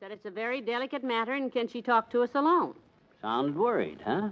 Said it's a very delicate matter, and can she talk to us alone? Sounds worried, huh?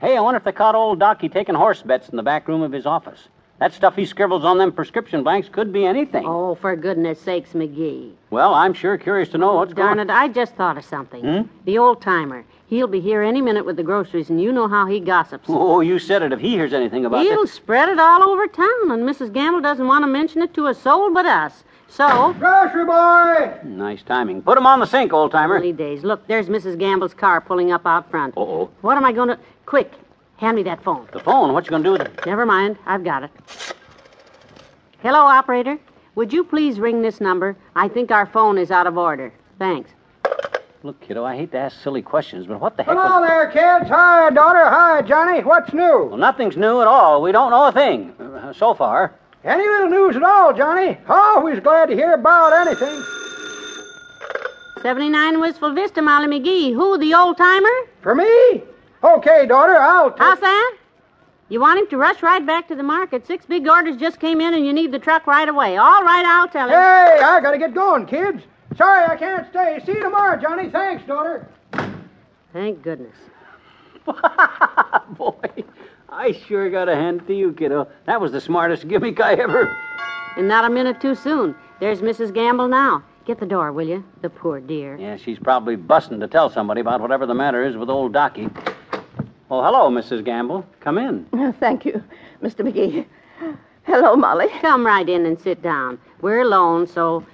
Hey, I wonder if they caught old Docky taking horse bets in the back room of his office. That stuff he scribbles on them prescription blanks could be anything. Oh, for goodness sakes, McGee. Well, I'm sure curious to know what's Darn going it, I just thought of something. The old timer. He'll be here any minute with the groceries, and you know how he gossips. Oh, you said it. If he hears anything about He'll this. spread it all over town, and Mrs. Gamble doesn't want to mention it to a soul but us. So, Grocery boy! Nice timing. Put him on the sink, old timer. early days. Look, there's Mrs. Gamble's car pulling up out front. Uh-oh. What am I going to. Quick, hand me that phone. The phone. What you gonna do with it? Never mind. I've got it. Hello, operator. Would you please ring this number? I think our phone is out of order. Thanks. Look, kiddo, I hate to ask silly questions, but what the heck? Hello was- there, kids. Hi, daughter. Hi, Johnny. What's new? Well, nothing's new at all. We don't know a thing uh, so far. Any little news at all, Johnny? Always glad to hear about anything. 79 Wistful Vista, Molly McGee. Who, the old timer? For me? Okay, daughter. I'll take. How's that? You want him to rush right back to the market. Six big orders just came in, and you need the truck right away. All right, I'll tell him. Hey, I gotta get going, kids. Sorry I can't stay. See you tomorrow, Johnny. Thanks, daughter. Thank goodness. Boy, I sure got a hand it to you, kiddo. That was the smartest gimmick I ever. And not a minute too soon. There's Mrs. Gamble now. Get the door, will you? The poor dear. Yeah, she's probably busting to tell somebody about whatever the matter is with old Docky. Oh, hello, Mrs. Gamble. Come in. Oh, Thank you, Mr. McGee. Hello, Molly. Come right in and sit down. We're alone, so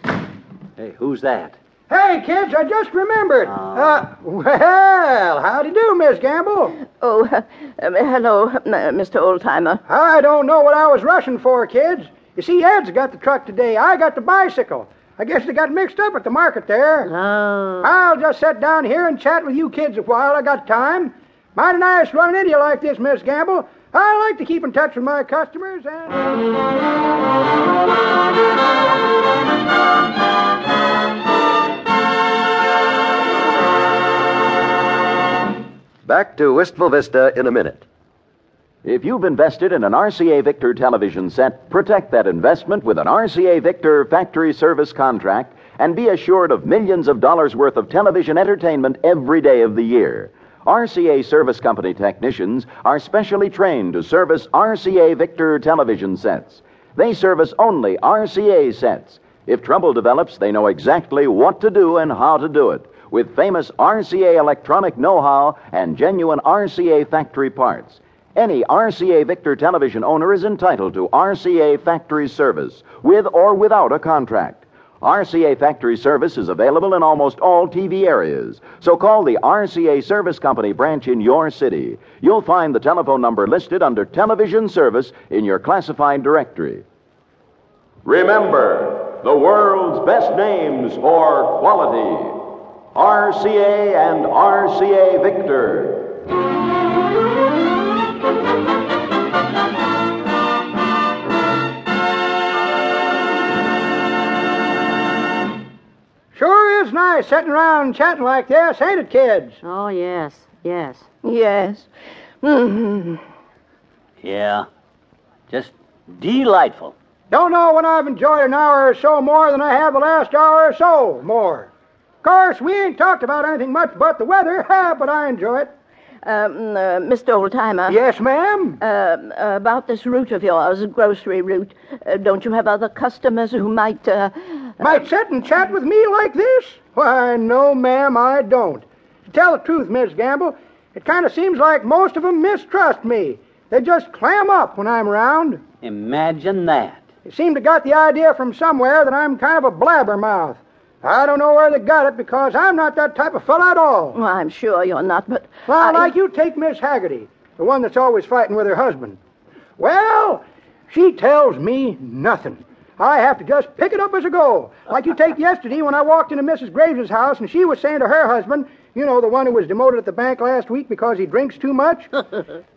Hey, who's that? Hey, kids, I just remembered. Uh, well, how do you do, Miss Gamble? Oh, uh, um, hello, uh, Mr. Oldtimer. I don't know what I was rushing for, kids. You see, Ed's got the truck today. I got the bicycle. I guess they got mixed up at the market there. Oh. I'll just sit down here and chat with you kids a while. I got time. Mighty nice running into you like this, Miss Gamble. I like to keep in touch with my customers and. Back to Wistful Vista in a minute. If you've invested in an RCA Victor television set, protect that investment with an RCA Victor factory service contract and be assured of millions of dollars worth of television entertainment every day of the year. RCA Service Company technicians are specially trained to service RCA Victor television sets. They service only RCA sets. If trouble develops, they know exactly what to do and how to do it with famous RCA electronic know how and genuine RCA factory parts. Any RCA Victor television owner is entitled to RCA factory service, with or without a contract. RCA factory service is available in almost all TV areas, so call the RCA Service Company branch in your city. You'll find the telephone number listed under Television Service in your classified directory. Remember, the world's best names for quality RCA and RCA Victor. Sure is nice sitting around chatting like this, ain't it, kids? Oh, yes, yes. Yes. Mhm. Yeah. Just delightful. Don't know when I've enjoyed an hour or so more than I have the last hour or so more. Of course, we ain't talked about anything much but the weather, but I enjoy it. Um, uh, Mr. Oldtimer. Yes, ma'am. Um, Uh, about this route of yours, a grocery route, uh, don't you have other customers who might. Uh, Might sit and chat with me like this? Why, no, ma'am, I don't. To tell the truth, Miss Gamble, it kind of seems like most of 'em mistrust me. They just clam up when I'm around. Imagine that. They seem to got the idea from somewhere that I'm kind of a blabbermouth. I don't know where they got it because I'm not that type of fella at all. well, I'm sure you're not, but. Well, I- like you take Miss Haggerty, the one that's always fighting with her husband. Well, she tells me nothing. I have to just pick it up as I go. Like you take yesterday when I walked into Mrs. Graves' house and she was saying to her husband, you know, the one who was demoted at the bank last week because he drinks too much.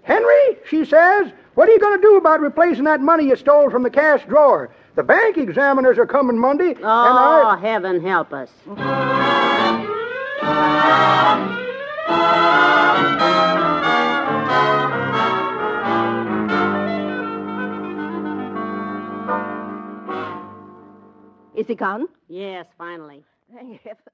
Henry, she says, what are you going to do about replacing that money you stole from the cash drawer? The bank examiners are coming Monday. and Oh, I... heaven help us. Is he gone? Yes, finally. Thank heaven.